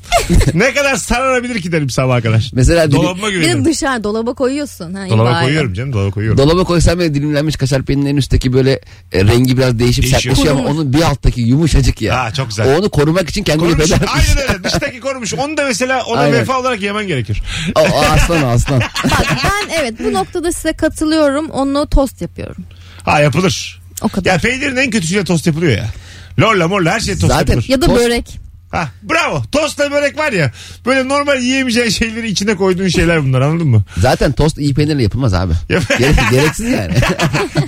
Speaker 2: ne kadar sararabilir ki derim sabaha kadar.
Speaker 4: Mesela dili-
Speaker 2: Dolabıma
Speaker 3: Bir de
Speaker 2: güvenirim.
Speaker 3: dışarı dolaba koyuyorsun. Ha, iyi
Speaker 2: Dolaba
Speaker 3: bari.
Speaker 2: koyuyorum canım dolaba koyuyorum.
Speaker 4: Dolaba koysam bile dilimlenmiş kaşar peynirinin en üstteki böyle e, rengi biraz değişip
Speaker 2: Değişiyor.
Speaker 4: sertleşiyor ama
Speaker 3: Kurumuş.
Speaker 4: onun bir alttaki yumuşacık ya.
Speaker 2: Ha, çok güzel.
Speaker 4: O Onu korumak için kendini
Speaker 2: Korumuş.
Speaker 4: feda etmiş.
Speaker 2: Aynen öyle. Dıştaki korumuş. Onu da mesela ona
Speaker 4: Aynen.
Speaker 2: vefa olarak yemen gerekir.
Speaker 4: O, [laughs] o aslan o
Speaker 2: [laughs]
Speaker 4: aslan.
Speaker 3: Bak ben evet bu noktada size katılıyorum. Onu tost yapıyorum.
Speaker 2: Ha yapılır.
Speaker 3: O kadar.
Speaker 2: Ya peynirin en kötüsüyle tost yapılıyor ya. Lorla morla her şey tost
Speaker 4: Zaten-
Speaker 2: yapılır.
Speaker 3: Ya da
Speaker 4: Tost-
Speaker 3: börek.
Speaker 2: Ha, bravo. Tostla börek var ya. Böyle normal yiyemeyeceğin şeyleri içine koyduğun şeyler bunlar anladın mı?
Speaker 4: Zaten tost iyi peynirle yapılmaz abi.
Speaker 2: Yap-
Speaker 4: Gere-
Speaker 2: [laughs]
Speaker 4: gereksiz yani.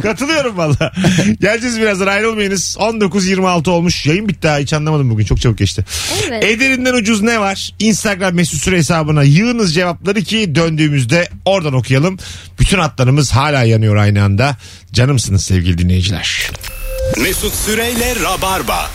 Speaker 2: Katılıyorum valla. Geleceğiz birazdan ayrılmayınız. 19.26 olmuş. Yayın bitti ha. Hiç anlamadım bugün. Çok çabuk geçti.
Speaker 3: Evet.
Speaker 2: Ederinden ucuz ne var? Instagram mesut süre hesabına yığınız cevapları ki döndüğümüzde oradan okuyalım. Bütün hatlarımız hala yanıyor aynı anda. Canımsınız sevgili dinleyiciler.
Speaker 1: Mesut Süreyle Rabarba.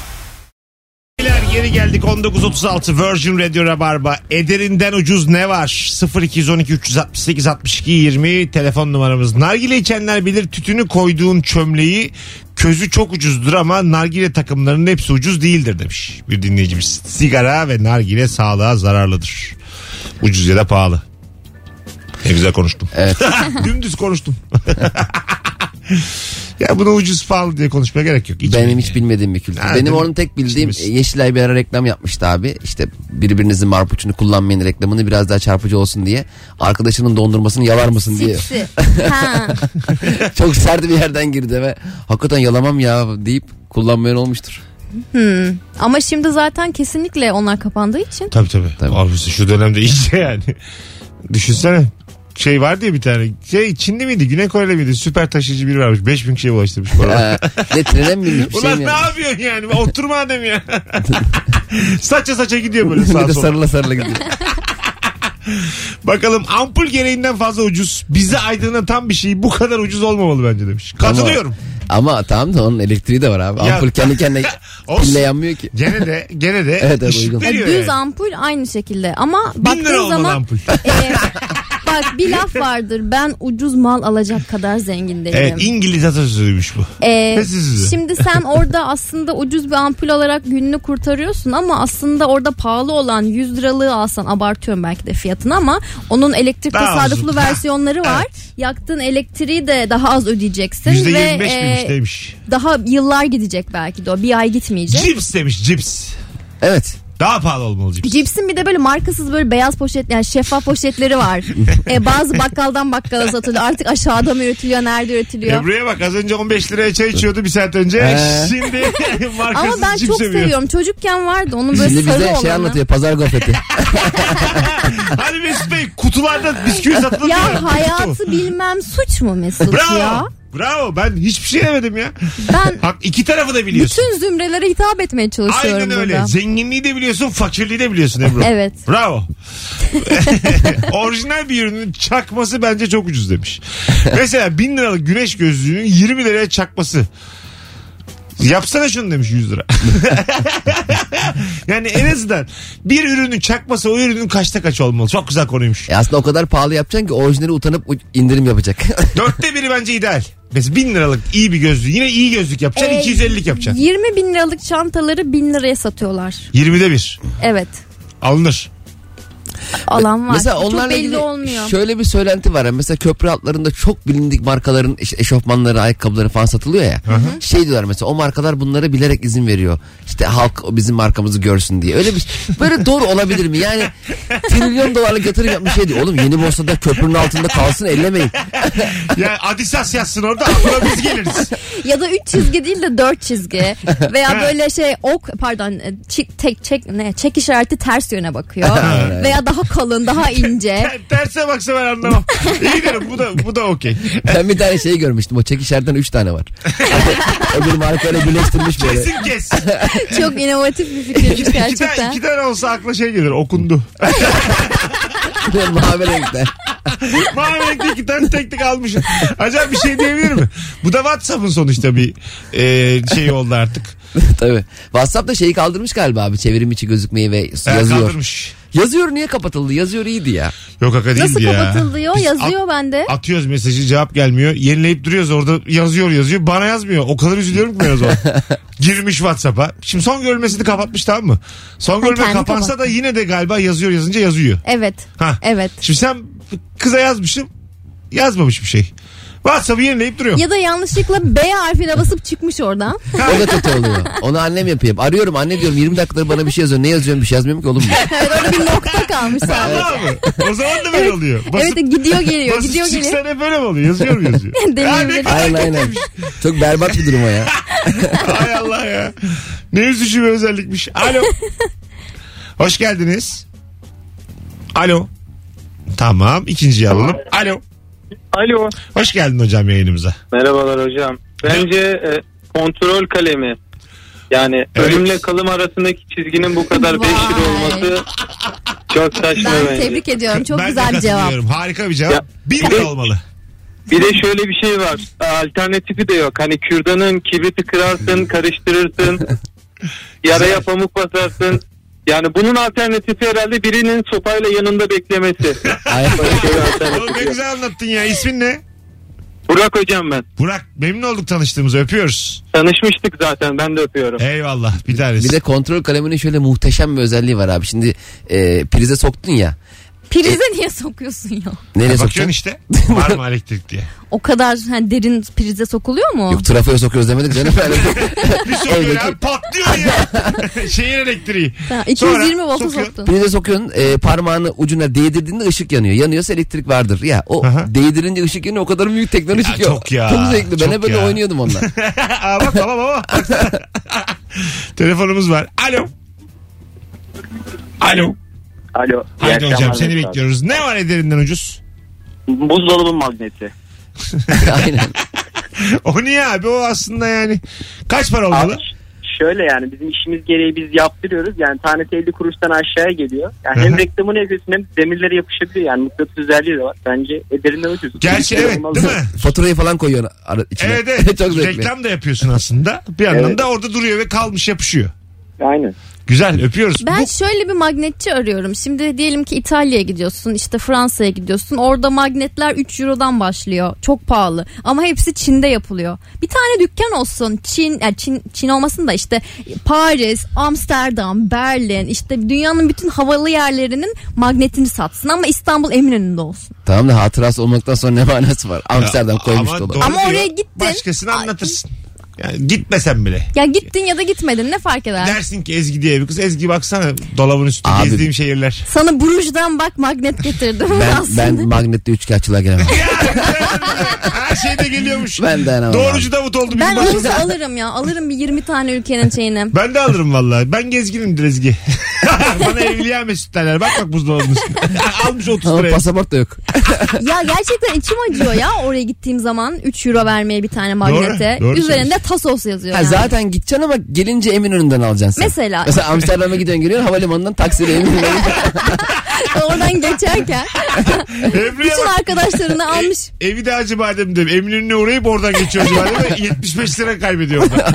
Speaker 2: Beyler geri geldik 19.36 Virgin Radio Rabarba Ederinden ucuz ne var 0212 368 62 20 telefon numaramız Nargile içenler bilir tütünü koyduğun çömleği közü çok ucuzdur ama nargile takımlarının hepsi ucuz değildir demiş bir dinleyicimiz sigara ve nargile sağlığa zararlıdır ucuz ya da pahalı ne güzel konuştum
Speaker 4: Evet.
Speaker 2: [laughs] dümdüz konuştum [laughs] ya buna ucuz pahalı diye konuşmaya gerek yok İçmeyin
Speaker 4: Benim
Speaker 2: yani.
Speaker 4: hiç bilmediğim bir kültür.
Speaker 2: Ha, değil
Speaker 4: Benim
Speaker 2: mi?
Speaker 4: onun tek bildiğim
Speaker 2: İçimiz.
Speaker 4: e, Yeşilay bir ara reklam yapmıştı abi. İşte birbirinizin marpuçunu kullanmayın reklamını biraz daha çarpıcı olsun diye. Arkadaşının dondurmasını yalar mısın diye.
Speaker 3: Sipsi. ha.
Speaker 4: Çok sert bir yerden girdi ve hakikaten yalamam ya deyip kullanmayan
Speaker 2: [laughs]
Speaker 4: olmuştur.
Speaker 3: Ama şimdi zaten kesinlikle onlar kapandığı için.
Speaker 2: Tabii tabii.
Speaker 4: Tabii.
Speaker 2: Abi şu dönemde
Speaker 4: [laughs]
Speaker 2: iyice yani. Düşünsene şey vardı ya bir tane. Şey Çinli miydi? Güney Koreli miydi? Süper taşıyıcı biri varmış. 5000 kişiye ulaştırmış para.
Speaker 4: Ha, ne trene mi binmiş bir şey
Speaker 2: Ulan
Speaker 4: mi?
Speaker 2: ne yapıyorsun yani? Oturma adam
Speaker 4: [laughs]
Speaker 2: ya. saça saça gidiyor böyle
Speaker 4: Bir
Speaker 2: sağa
Speaker 4: de
Speaker 2: sola.
Speaker 4: sarıla sarıla gidiyor.
Speaker 2: Bakalım ampul gereğinden fazla ucuz. Bizi aydınlatan bir şey bu kadar ucuz olmamalı bence demiş. [laughs]
Speaker 4: Ama-
Speaker 2: Katılıyorum.
Speaker 4: Ama tamam da onun elektriği de var abi.
Speaker 2: Ya-
Speaker 4: Ampul kendi kendine
Speaker 2: [laughs] Olsun.
Speaker 4: pille yanmıyor ki.
Speaker 2: Gene de gene de
Speaker 4: [laughs] Evet, evet,
Speaker 2: ışık
Speaker 4: uygun.
Speaker 3: Ya
Speaker 2: veriyor
Speaker 3: düz
Speaker 2: yani.
Speaker 3: ampul aynı şekilde. Ama
Speaker 2: Bin lira
Speaker 3: baktığın
Speaker 2: olmalı
Speaker 3: zaman
Speaker 2: ampul.
Speaker 3: e, bak bir laf vardır. Ben ucuz mal alacak kadar zengin değilim.
Speaker 2: Evet, İngiliz atasözüymüş bu.
Speaker 3: Ee,
Speaker 2: Ve siz de.
Speaker 3: şimdi sen orada aslında ucuz bir ampul olarak gününü kurtarıyorsun ama aslında orada pahalı olan 100 liralığı alsan abartıyorum belki de fiyatını ama onun elektrik
Speaker 2: Daha
Speaker 3: tasarruflu
Speaker 2: ucuz.
Speaker 3: versiyonları var. Yaktığın elektriği de daha az ödeyeceksin
Speaker 2: %25
Speaker 3: ve
Speaker 2: miymiş
Speaker 3: e,
Speaker 2: demiş.
Speaker 3: daha yıllar gidecek belki de o bir ay gitmeyecek.
Speaker 2: Cips demiş cips.
Speaker 4: Evet.
Speaker 2: Daha pahalı olmalı cips.
Speaker 3: Cipsin bir de böyle markasız böyle beyaz poşet yani şeffaf
Speaker 2: [laughs]
Speaker 3: poşetleri var. e, bazı bakkaldan bakkala satılıyor. Artık aşağıda mı üretiliyor, nerede üretiliyor?
Speaker 2: Ebru'ya bak az önce 15 liraya çay içiyordu bir saat önce.
Speaker 4: Ee?
Speaker 2: Şimdi
Speaker 3: [laughs] Ama
Speaker 2: markasız
Speaker 3: ben
Speaker 2: cips
Speaker 3: çok
Speaker 2: seviyor.
Speaker 3: seviyorum. Çocukken vardı onun böyle
Speaker 4: Şimdi
Speaker 3: sarı
Speaker 4: bize şey
Speaker 3: olanı.
Speaker 4: anlatıyor. Pazar gofreti.
Speaker 2: Hadi Hani Mesut Bey kutularda bisküvi satılır mı
Speaker 3: Ya
Speaker 2: Bir kutu.
Speaker 3: hayatı bilmem suç mu Mesut
Speaker 2: Bravo.
Speaker 3: ya?
Speaker 2: Bravo. Ben hiçbir şey demedim ya.
Speaker 3: Ben
Speaker 2: [laughs] Hak, iki tarafı da biliyorsun.
Speaker 3: bütün zümrelere hitap etmeye çalışıyorum
Speaker 2: Aynen öyle.
Speaker 3: burada.
Speaker 2: Zenginliği de biliyorsun, fakirliği de biliyorsun Ebru.
Speaker 3: Evet.
Speaker 2: Bravo. [laughs] Orijinal bir ürünün çakması bence çok ucuz demiş. Mesela 1000 liralık güneş gözlüğünün 20 liraya çakması. Yapsana şunu demiş 100 lira. [laughs] yani en azından bir ürünün çakması o ürünün kaçta kaç olmalı. Çok güzel konuymuş.
Speaker 4: E aslında o kadar pahalı yapacaksın ki orijinali utanıp u- indirim yapacak. [laughs]
Speaker 2: Dörtte biri bence ideal. Mesela 1000 liralık iyi bir gözlük. Yine iyi gözlük yapacaksın.
Speaker 3: Ee,
Speaker 2: 250'lik yapacaksın.
Speaker 3: 20 bin liralık çantaları bin liraya satıyorlar.
Speaker 2: 20'de bir.
Speaker 3: Evet.
Speaker 2: Alınır.
Speaker 3: alan var.
Speaker 4: Mesela onlarla
Speaker 3: Çok belli
Speaker 4: ilgili
Speaker 3: olmuyor.
Speaker 4: şöyle bir söylenti var. Yani mesela köprü altlarında çok bilindik markaların eş- eşofmanları, ayakkabıları falan satılıyor ya. Şey diyorlar mesela o markalar bunlara bilerek izin veriyor. İşte halk o bizim markamızı görsün diye. Öyle bir böyle doğru olabilir mi? Yani trilyon dolarlık yatırım yapmış şey diyor. Oğlum yeni borsada köprünün altında kalsın ellemeyin.
Speaker 2: Ya Adisas yazsın orada aklına biz geliriz.
Speaker 3: Ya da 3 çizgi değil de
Speaker 2: [laughs]
Speaker 3: 4 çizgi. Veya böyle şey ok pardon e, çik, tek çek ne çek işareti ters yöne bakıyor. Veya daha
Speaker 2: [laughs]
Speaker 3: kalın, daha ince.
Speaker 2: Ben Terse baksa ben anlamam. İyi derim bu da, bu da okey.
Speaker 4: Ben bir tane şey görmüştüm. O çekişerden 3 tane var. [laughs] Öbür markayla birleştirmiş böyle.
Speaker 2: Kesin [laughs] kes.
Speaker 3: Çok inovatif bir fikirmiş
Speaker 2: İki, tane,
Speaker 3: gerçekten.
Speaker 2: iki tane olsa akla şey gelir [laughs] okundu.
Speaker 4: Mavi renkte.
Speaker 2: Mavi renkli iki tane tek tek almışım. Acaba bir şey diyebilir mi? Bu da Whatsapp'ın sonuçta bir e, şey oldu artık.
Speaker 4: Tabii. WhatsApp'ta şeyi kaldırmış galiba abi. Çevirim içi gözükmeyi ve
Speaker 2: Ha,
Speaker 4: yazıyor.
Speaker 2: Kaldırmış.
Speaker 4: Yazıyor niye kapatıldı? Yazıyor iyiydi ya.
Speaker 2: Yok haka değildi
Speaker 3: Nasıl
Speaker 2: ya.
Speaker 3: kapatılıyor?
Speaker 2: Biz
Speaker 3: Yazıyor
Speaker 2: at-
Speaker 3: bende.
Speaker 2: Atıyoruz mesajı cevap gelmiyor. Yenileyip duruyoruz orada yazıyor yazıyor. Bana yazmıyor. O kadar üzülüyorum ki ben o
Speaker 3: [laughs]
Speaker 2: zaman. Girmiş Whatsapp'a. Şimdi son görülmesini kapatmış tamam mı? Son görülme
Speaker 3: kendi
Speaker 2: kapansa da yine de galiba yazıyor yazınca yazıyor.
Speaker 3: Evet.
Speaker 2: Ha.
Speaker 3: Evet.
Speaker 2: Şimdi sen kıza yazmışım. Yazmamış bir şey. Whatsapp'ı yenileyip duruyor.
Speaker 3: [laughs] Ya da yanlışlıkla B harfine basıp çıkmış oradan.
Speaker 4: O da kötü oluyor. Onu annem yapıyor. Arıyorum anne diyorum 20 dakikada bana bir şey yazıyor. Ne yazıyorum bir şey yazmıyorum ki oğlum.
Speaker 3: Evet orada bir
Speaker 2: [laughs]
Speaker 3: nokta kalmış sadece.
Speaker 2: Allah mı? O zaman da böyle oluyor.
Speaker 3: Evet gidiyor geliyor
Speaker 2: basıp
Speaker 3: gidiyor geliyor.
Speaker 2: çıksan hep böyle mi oluyor? Yazıyor mu
Speaker 3: [laughs]
Speaker 2: yazıyor? Ya ne
Speaker 3: Deneyebilir.
Speaker 2: kadar
Speaker 4: Aynen aynen. Çok berbat bir durum o ya.
Speaker 2: Hay Allah ya. Ne üzücü bir özellikmiş.
Speaker 3: [laughs]
Speaker 2: Alo. Hoş geldiniz. Alo. Tamam. ikinciyi alalım. Alo.
Speaker 5: Alo.
Speaker 2: Hoş geldin hocam yayınımıza.
Speaker 5: Merhabalar hocam. Bence e, kontrol kalemi yani
Speaker 2: Evet.
Speaker 5: ölümle kalım arasındaki çizginin bu kadar 5
Speaker 3: Vay.
Speaker 5: lira olması çok saçma
Speaker 3: Ben
Speaker 5: bence.
Speaker 3: tebrik ediyorum. Çok
Speaker 2: Ben de
Speaker 3: güzel bir cevap.
Speaker 2: katılıyorum. Harika bir cevap.
Speaker 5: Ya.
Speaker 2: Bir lira olmalı.
Speaker 5: Bir de şöyle bir şey var. Alternatifi de yok. Hani kürdanın kibriti
Speaker 2: [laughs]
Speaker 5: kırarsın, karıştırırsın. Yaraya pamuk basarsın. Yani bunun alternatifi herhalde birinin sopayla yanında
Speaker 2: [laughs]
Speaker 5: beklemesi.
Speaker 4: Aynen.
Speaker 5: Böyle bir
Speaker 2: Oğlum ne
Speaker 5: alternatif.
Speaker 2: güzel anlattın ya. İsmin ne?
Speaker 5: Burak hocam ben.
Speaker 2: Burak memnun olduk tanıştığımıza öpüyoruz.
Speaker 5: Tanışmıştık zaten. Ben de öpüyorum.
Speaker 2: Eyvallah bir tanesi.
Speaker 4: Bir de kontrol kaleminin şöyle muhteşem bir özelliği var abi. Şimdi e, prize soktun ya.
Speaker 3: Prize niye sokuyorsun ya?
Speaker 4: Nereye soktun?
Speaker 2: Bakıyorsun işte. Var mı elektrik diye.
Speaker 3: O kadar hani derin prize sokuluyor mu?
Speaker 4: Yok trafoya sokuyoruz demedik canım.
Speaker 2: Bir sokuyor
Speaker 4: Evdeki-
Speaker 2: ya patlıyor ya. [laughs] Şehir elektriği.
Speaker 3: Ha, 220 volta
Speaker 2: sokuyor.
Speaker 3: soktun.
Speaker 4: Prize sokuyorsun e, parmağını ucuna değdirdiğinde ışık yanıyor. Yanıyorsa elektrik vardır. Ya o
Speaker 2: Aha.
Speaker 4: değdirince ışık yanıyor o kadar büyük teknoloji
Speaker 2: Ya
Speaker 4: ki o.
Speaker 2: çok ya,
Speaker 4: Çok zevkli.
Speaker 2: çok
Speaker 4: ben hep böyle
Speaker 2: ya. [laughs]
Speaker 4: oynuyordum onunla.
Speaker 2: [laughs] Aa, bak baba baba. [laughs] Telefonumuz var. Alo. Alo.
Speaker 8: Alo. iyi
Speaker 2: Haydi
Speaker 8: akşamlar
Speaker 2: hocam seni
Speaker 8: Mesut abi.
Speaker 2: bekliyoruz. Ne var ederinden ucuz? [laughs]
Speaker 8: Buzdolabı magneti.
Speaker 4: Aynen.
Speaker 2: O niye abi? O aslında yani kaç para
Speaker 8: Abi,
Speaker 2: olmalı?
Speaker 8: ş- şöyle yani bizim işimiz gereği biz yaptırıyoruz. Yani tanesi 50 kuruştan aşağıya geliyor.
Speaker 2: Hı
Speaker 8: Yani hem
Speaker 2: hı.
Speaker 8: reklamını yapıyorsun hem demirlere yapışabiliyor. Yani mıknatıs özelliği de var. Bence ederinden ucuz.
Speaker 2: Gerçi
Speaker 8: Mümkün
Speaker 2: evet
Speaker 8: olmaz.
Speaker 2: değil
Speaker 4: [laughs]
Speaker 2: mi?
Speaker 4: [clears throat] Faturayı falan koyuyorsun ara- içine.
Speaker 2: Evet evet.
Speaker 4: [laughs] çok zevkli.
Speaker 2: Reklam da yapıyorsun aslında. Bir yandan
Speaker 8: Evet.
Speaker 2: da orada duruyor ve kalmış yapışıyor.
Speaker 8: Aynen.
Speaker 2: Güzel öpüyoruz.
Speaker 3: Ben
Speaker 2: Bu-
Speaker 3: şöyle bir magnetçi arıyorum. Şimdi diyelim ki İtalya'ya gidiyorsun, işte Fransa'ya gidiyorsun. Orada magnetler 3 Euro'dan başlıyor. Çok pahalı. Ama hepsi Çin'de yapılıyor. Bir tane dükkan olsun. Çin, yani Çin, Çin olmasın da işte Paris, Amsterdam, Berlin, işte dünyanın bütün havalı yerlerinin magnetini satsın ama İstanbul Eminönü'nde olsun.
Speaker 4: Tamam da hatırası olmaktan sonra ne manası var? Amsterdam koymuş
Speaker 2: Ama
Speaker 4: dolu.
Speaker 2: doğru
Speaker 3: Ama
Speaker 2: diyor.
Speaker 3: oraya gittin.
Speaker 2: Başkasına
Speaker 3: Ay.
Speaker 2: anlatırsın. Yani gitmesen bile.
Speaker 3: Ya gittin ya da gitmedin ne fark eder?
Speaker 2: Dersin ki Ezgi diye bir kız. Ezgi baksana dolabın üstü
Speaker 4: Abi-
Speaker 2: gezdiğim
Speaker 4: [laughs]
Speaker 2: şehirler.
Speaker 3: Sana Buruj'dan bak magnet getirdim
Speaker 4: Ben,
Speaker 3: aslında.
Speaker 4: ben magnetli
Speaker 2: [laughs]
Speaker 4: üçkağıtçılığa gelemem.
Speaker 2: Her şey de geliyormuş.
Speaker 4: Ben dayanamam.
Speaker 2: Doğrucu Davut oldu bizim
Speaker 3: [laughs] Ben
Speaker 2: başımız.
Speaker 3: ucuzu alırım ya. Alırım bir 20 tane ülkenin şeyini.
Speaker 2: Ben de alırım vallahi. Ben gezginimdir Ezgi. [laughs] Bana evliya mesut derler. Bak bak buzdolabının üstüne. [laughs] Almış 30
Speaker 4: Ama
Speaker 2: liraya.
Speaker 4: pasaport da yok.
Speaker 3: Ya gerçekten içim acıyor ya oraya gittiğim zaman 3 euro vermeye bir tane magnete.
Speaker 2: Doğru, doğru
Speaker 3: Üzerinde tasos yazıyor.
Speaker 4: Ha,
Speaker 3: yani.
Speaker 4: zaten gideceksin ama gelince Eminönü'nden alacaksın sen.
Speaker 3: Mesela.
Speaker 4: Mesela Amsterdam'a gidiyorsun geliyorsun havalimanından taksiyle Eminönü'ne
Speaker 3: [laughs] Oradan
Speaker 2: [laughs]
Speaker 3: geçerken
Speaker 2: Evliya
Speaker 3: bütün
Speaker 2: bak.
Speaker 3: arkadaşlarını almış.
Speaker 2: Evi de acı badem de Eminönü'ne uğrayıp oradan geçiyor acı badem. 75 lira kaybediyor
Speaker 4: [laughs]
Speaker 2: orada.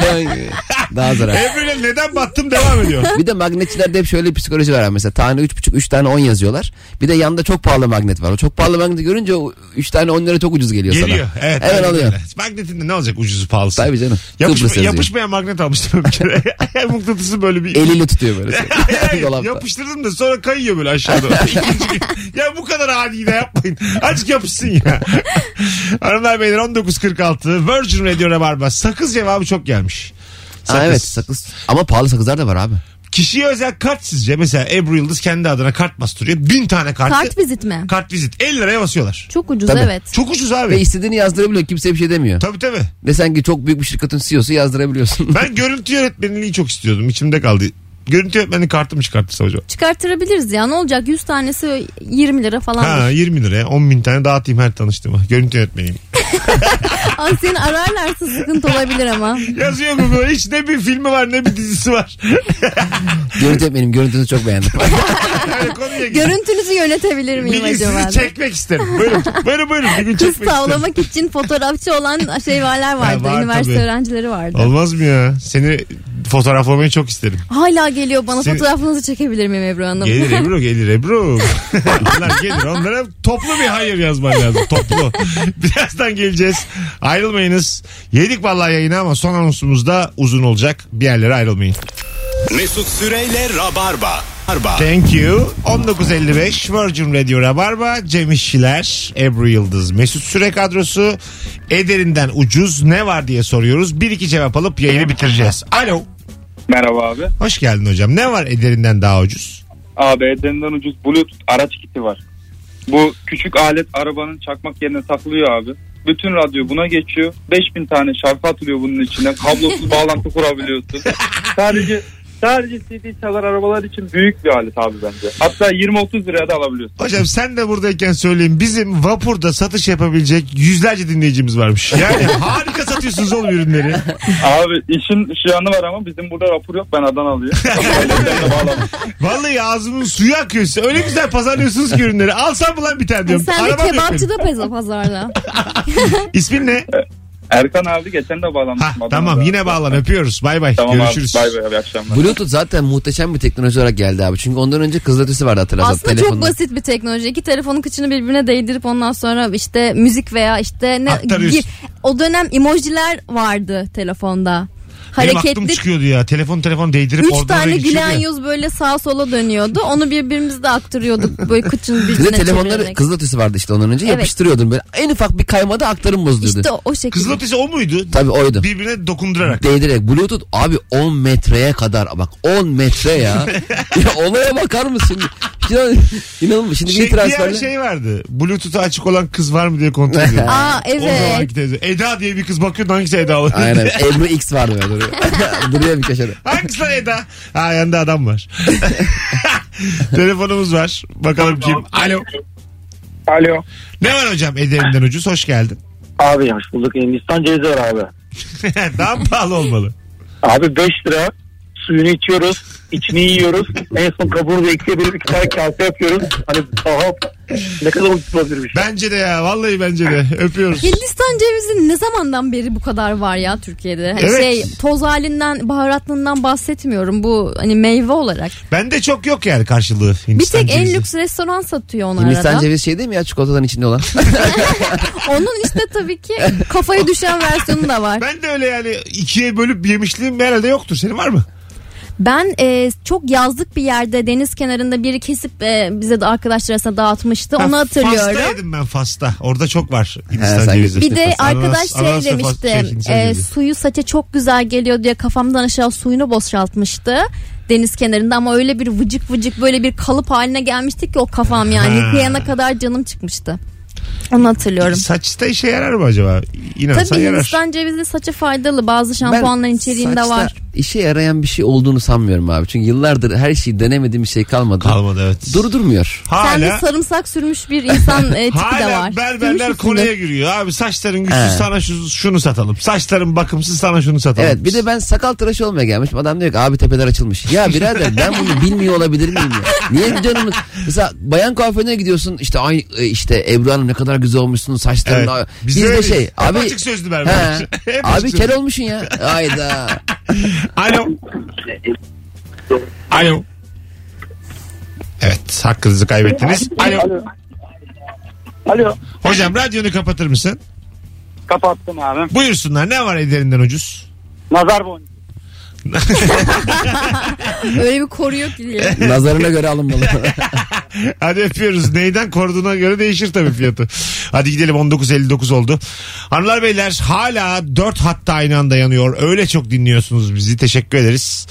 Speaker 4: [laughs] Daha zarar.
Speaker 2: Evliya neden battım devam ediyor.
Speaker 4: Bir de magnetçilerde hep şöyle bir psikoloji var. abi. Mesela tane 3,5 3 tane 10 yazıyorlar. Bir de yanda çok pahalı magnet var. O çok pahalı magneti görünce 3 tane 10 lira çok ucuz geliyor,
Speaker 2: Geliyor.
Speaker 4: sana.
Speaker 2: Evet.
Speaker 4: Hemen
Speaker 2: aynen
Speaker 4: alıyor.
Speaker 2: öyle. Magnetinde ne olacak ucuzu pahalısı.
Speaker 4: Tabii canım.
Speaker 2: Yapışma-
Speaker 4: Kıbrıs yazıyor.
Speaker 2: yapışmayan magnet almıştım bir kere. [laughs] Mıknatısı böyle bir... [laughs]
Speaker 4: Eliyle tutuyor böyle.
Speaker 2: Hayır, hayır,
Speaker 4: Dolapta.
Speaker 2: yapıştırdım da sonra kayıyor böyle aşağıda.
Speaker 4: [laughs]
Speaker 2: ya bu kadar adi de yapmayın. Azıcık yapışsın ya. [laughs] Hanımlar beyler 19.46 Virgin Radio Rabarba. Sakız cevabı çok gelmiş.
Speaker 4: Aa, evet sakız. Ama pahalı sakızlar da var abi.
Speaker 2: Kişiye özel kart sizce. Mesela Ebru Yıldız kendi adına kart bastırıyor. Bin tane kartı.
Speaker 3: Kart
Speaker 2: Kart,
Speaker 3: vizit mi?
Speaker 2: vizit. 50 liraya basıyorlar.
Speaker 3: Çok ucuz
Speaker 4: Tabii.
Speaker 3: evet.
Speaker 2: Çok ucuz
Speaker 4: Ve
Speaker 2: abi.
Speaker 4: istediğini yazdırabiliyor. Kimse bir şey demiyor.
Speaker 2: Tabii tabii.
Speaker 4: Desen ki çok büyük bir şirketin CEO'su yazdırabiliyorsun.
Speaker 2: Ben görüntü yönetmenliği çok istiyordum. İçimde kaldı. Görüntü yönetmenliği kartımı çıkartırsa hocam.
Speaker 3: Çıkartırabiliriz ya ne olacak 100 tanesi 20 lira
Speaker 2: Ha
Speaker 3: [laughs] falan.
Speaker 2: 20 liraya 10 bin tane dağıtayım her tanıştığıma. Görüntü yönetmeniyim.
Speaker 3: Aa, seni ararlarsa sıkıntı olabilir ama.
Speaker 2: Yazıyor Google. Hiç ne bir filmi var ne bir dizisi var.
Speaker 4: [laughs] Görüntü benim görüntünü çok [laughs] beğendim.
Speaker 2: Yani konuya gir.
Speaker 3: Görüntünüzü yönetebilir
Speaker 2: Bir
Speaker 3: miyim
Speaker 2: gün
Speaker 3: acaba?
Speaker 2: sizi çekmek isterim. Buyurun buyurun. buyurun. Bir gün
Speaker 3: Kız
Speaker 2: çekmek isterim.
Speaker 3: tavlamak için fotoğrafçı olan şeyvaler vardı.
Speaker 2: var
Speaker 3: üniversite
Speaker 2: tabii.
Speaker 3: öğrencileri vardı.
Speaker 2: Olmaz mı ya? Seni fotoğraflamayı çok isterim.
Speaker 3: Hala geliyor bana
Speaker 2: Seni-
Speaker 3: fotoğrafınızı çekebilir miyim Ebru Hanım?
Speaker 2: Gelir Ebru gelir Ebru. Onlar gelir. Onlara toplu bir hayır yazman lazım. Toplu. Birazdan geleceğiz. Ayrılmayınız. Yedik vallahi yayını ama son anonsumuz da uzun olacak. Bir yerlere ayrılmayın.
Speaker 1: Mesut Süreyle Rabarba. Rabarba.
Speaker 2: Thank you. 1955 Virgin Radio Rabarba. Cem İşçiler, Ebru Yıldız, Mesut Süre kadrosu. Ederinden ucuz ne var diye soruyoruz. Bir iki cevap alıp yayını bitireceğiz. Alo.
Speaker 5: Merhaba abi.
Speaker 2: Hoş geldin hocam. Ne var ederinden daha ucuz?
Speaker 5: Abi edenden ucuz Bluetooth araç kiti var. Bu küçük alet arabanın çakmak yerine takılıyor abi. Bütün radyo buna geçiyor. 5000 tane şarkı atılıyor bunun içine. Kablosuz bağlantı kurabiliyorsun. [laughs] Sadece sadece CD çalar arabalar için büyük bir alet abi bence. Hatta 20-30 liraya da alabiliyorsun.
Speaker 2: Hocam sen de buradayken söyleyeyim. Bizim vapurda satış yapabilecek yüzlerce dinleyicimiz varmış. Yani
Speaker 5: [laughs]
Speaker 2: harika satıyorsunuz oğlum ürünleri.
Speaker 5: Abi işin şu yanı var ama bizim burada rapor yok. Ben [laughs] Adanalıyım. Ailemlerle bağlanmış.
Speaker 2: Vallahi ağzımın suyu akıyor size. Öyle güzel pazarlıyorsunuz ki ürünleri. Alsam mı lan bir tane diyorum.
Speaker 3: Sen de
Speaker 2: Arabam yok
Speaker 3: kebapçıda peza- pazarda.
Speaker 2: benim. İsmin ne?
Speaker 5: Erkan abi geçen de bağlanmıştım.
Speaker 2: Ha,
Speaker 5: Adana'da.
Speaker 2: tamam yine bağlan öpüyoruz. Bay bay.
Speaker 5: Tamam
Speaker 2: Görüşürüz.
Speaker 5: abi. Bay bay. İyi akşamlar.
Speaker 4: Bluetooth zaten muhteşem bir teknoloji olarak geldi abi. Çünkü ondan önce kızıl ötesi vardı hatırlarsan.
Speaker 3: Aslında çok
Speaker 4: telefonda.
Speaker 3: basit bir teknoloji. İki telefonun kıçını birbirine değdirip ondan sonra işte müzik veya işte ne
Speaker 2: Aktarıyorsun.
Speaker 3: o dönem emojiler vardı telefonda.
Speaker 2: Benim aklım
Speaker 3: Hareketli
Speaker 2: çıkıyordu ya. Telefon telefon değdirip
Speaker 3: Üç
Speaker 2: oradan oraya
Speaker 3: tane
Speaker 2: geçiyordu
Speaker 3: gülen
Speaker 2: ya.
Speaker 3: yüz böyle sağa sola dönüyordu. Onu birbirimizle aktarıyorduk. Böyle kıçın
Speaker 4: Bize
Speaker 3: birbirine
Speaker 4: telefonları
Speaker 3: çevirerek.
Speaker 4: kızıl ötesi vardı işte ondan önce.
Speaker 3: Evet.
Speaker 4: Yapıştırıyordun böyle. En ufak bir kaymada aktarım bozuluyordu.
Speaker 3: İşte o, o şekilde.
Speaker 2: Kızıl ötesi o muydu?
Speaker 4: Tabii oydu.
Speaker 2: Birbirine dokundurarak.
Speaker 4: Değdirerek Bluetooth abi 10 metreye kadar bak 10 metre [laughs] ya. ya olaya bakar mısın? Şimdi, [laughs] inanılmaz. Şimdi
Speaker 2: Şey,
Speaker 4: bir
Speaker 2: bir ara
Speaker 4: transferle
Speaker 2: şey vardı. Bluetooth'u açık olan kız var mı diye
Speaker 3: [laughs]
Speaker 2: kontrol ediyordu.
Speaker 3: Aa
Speaker 2: O zamanki
Speaker 3: evet.
Speaker 2: teyze. Eda diye bir kız bakıyordu hangisi Eda oluyor.
Speaker 4: Aynen. Ebru X vardı böyle [laughs] duruyor. duruyor bir köşede.
Speaker 2: Hangisi lan Eda? Ha yanında adam var. [laughs] Telefonumuz var. Bakalım kim? Alo.
Speaker 8: Alo.
Speaker 2: Ne var hocam Ederinden ucuz? Hoş geldin. [laughs]
Speaker 8: Abi hoş bulduk. Hindistan cevizi var abi.
Speaker 2: Daha mı pahalı olmalı.
Speaker 8: Abi 5 lira suyunu içiyoruz. içini yiyoruz. En son kabuğunu da eksiye bir iki tane kase yapıyoruz. Hani aha ne kadar ucuz olabilir bir şey.
Speaker 2: Bence de ya. Vallahi bence de. Öpüyoruz.
Speaker 3: Hindistan cevizi ne zamandan beri bu kadar var ya Türkiye'de? Hani
Speaker 2: Evet.
Speaker 3: Şey toz halinden baharatlığından bahsetmiyorum. Bu hani meyve olarak.
Speaker 2: Bende çok yok yani karşılığı.
Speaker 3: Bir
Speaker 2: Hindistan
Speaker 3: tek en
Speaker 2: cevizi.
Speaker 3: lüks restoran satıyor onu
Speaker 4: Hindistan
Speaker 3: arada.
Speaker 4: cevizi şey değil mi ya çikolataların
Speaker 3: [laughs]
Speaker 4: içinde olan?
Speaker 3: Onun işte tabii ki kafaya düşen versiyonu da var.
Speaker 2: Ben de öyle yani ikiye bölüp yemişliğim herhalde yoktur. Senin var mı?
Speaker 3: Ben e, çok yazlık bir yerde deniz kenarında biri kesip e, bize de arkadaşlar arasında dağıtmıştı. Onu
Speaker 2: Ha,
Speaker 3: hatırlıyorum.
Speaker 2: Fasta yedim ben Fas'ta. Orada çok var Hindistan
Speaker 4: sen
Speaker 2: cevizi.
Speaker 4: güzel.
Speaker 3: Bir de
Speaker 4: Fas-
Speaker 2: ananas-
Speaker 3: arkadaş şey
Speaker 2: ananas ve fas- şey,
Speaker 3: demişti
Speaker 2: Hindistan
Speaker 3: e,
Speaker 2: cevizi.
Speaker 3: suyu saça çok güzel geliyor diye kafamdan aşağı suyunu boşaltmıştı deniz kenarında ama öyle bir vıcık vıcık böyle bir kalıp haline gelmişti ki o kafam yani
Speaker 2: Ha.
Speaker 3: yıkayana kadar canım çıkmıştı. Onu hatırlıyorum.
Speaker 2: Saçta işe yarar mı acaba? İnanırsan
Speaker 3: Tabii
Speaker 2: yarar.
Speaker 3: Hindistan cevizi saça faydalı bazı şampuanların
Speaker 4: Ben
Speaker 3: içeriğinde
Speaker 4: saçta
Speaker 3: var.
Speaker 4: işe yarayan bir şey olduğunu sanmıyorum abi. Çünkü yıllardır her şeyi denemediğim bir şey kalmadı.
Speaker 2: Kalmadı evet.
Speaker 4: Durdurmuyor.
Speaker 3: Sen de
Speaker 2: Hala,
Speaker 3: sarımsak sürmüş bir insan e, tipi de var.
Speaker 2: hala berberler
Speaker 3: Sürmüş
Speaker 2: konuya
Speaker 3: müsündür?
Speaker 2: giriyor. Abi saçların güçsüz
Speaker 4: He.
Speaker 2: sana şu, şunu satalım. Saçların bakımsız sana şunu satalım.
Speaker 4: Evet bir de ben sakal tıraşı olmaya gelmişim. Adam diyor ki abi tepeler açılmış.
Speaker 2: [laughs]
Speaker 4: Ya birader ben bunu bilmiyor olabilir miyim ya? Niye canımız? Mesela bayan kuaförüne gidiyorsun işte ay e, işte Ebru Hanım ne kadar güzel olmuşsun saçların.
Speaker 2: Evet. Biz
Speaker 4: Biz,
Speaker 2: de
Speaker 4: de
Speaker 2: öyleyiz.
Speaker 4: şey
Speaker 2: Hep
Speaker 4: abi.
Speaker 2: açık sözlü berberler.
Speaker 4: He.
Speaker 2: şey. [laughs] Hep açık
Speaker 4: abi
Speaker 2: sözlü.
Speaker 4: kel
Speaker 2: [laughs]
Speaker 4: olmuşsun ya. Hayda.
Speaker 2: Alo. Alo. Evet hakkınızı kaybettiniz. Alo.
Speaker 8: Alo.
Speaker 2: Hocam radyonu kapatır mısın?
Speaker 8: Kapattım abi.
Speaker 2: Buyursunlar ne var ederinden ucuz?
Speaker 8: Nazar boncuğu.
Speaker 3: Öyle bir koruyor ki
Speaker 2: [laughs]
Speaker 3: diye.
Speaker 4: Nazarına göre alınmalı.
Speaker 2: Hadi öpüyoruz. Neyden koruduğuna göre değişir tabii fiyatı. Hadi gidelim 19.59 oldu. Hanımlar beyler hala 4 hatta aynı anda yanıyor. Öyle çok dinliyorsunuz bizi. Teşekkür ederiz.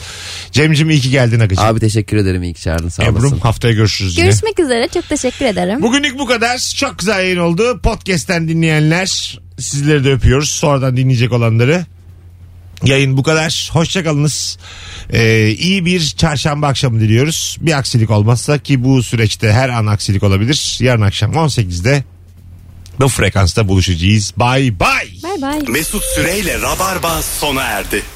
Speaker 2: Cemcim iyi ki geldin Akıcı.
Speaker 4: Abi teşekkür ederim iyi ki çağırdın sağ
Speaker 2: Ebrum
Speaker 4: olasın.
Speaker 2: haftaya görüşürüz yine.
Speaker 3: Görüşmek üzere. Çok teşekkür ederim.
Speaker 2: Bugünlük bu kadar. Çok güzel yayın oldu. Podcast'ten dinleyenler sizleri de öpüyoruz. Sonradan dinleyecek olanları. Yayın bu kadar. Hoşçakalınız. Ee, iyi bir çarşamba akşamı diliyoruz. Bir aksilik olmazsa ki bu süreçte her an aksilik olabilir. Yarın akşam 18'de bu frekansta buluşacağız. Bye bye.
Speaker 3: Bay bay.
Speaker 1: Mesut Süreyle Rabarba sona erdi.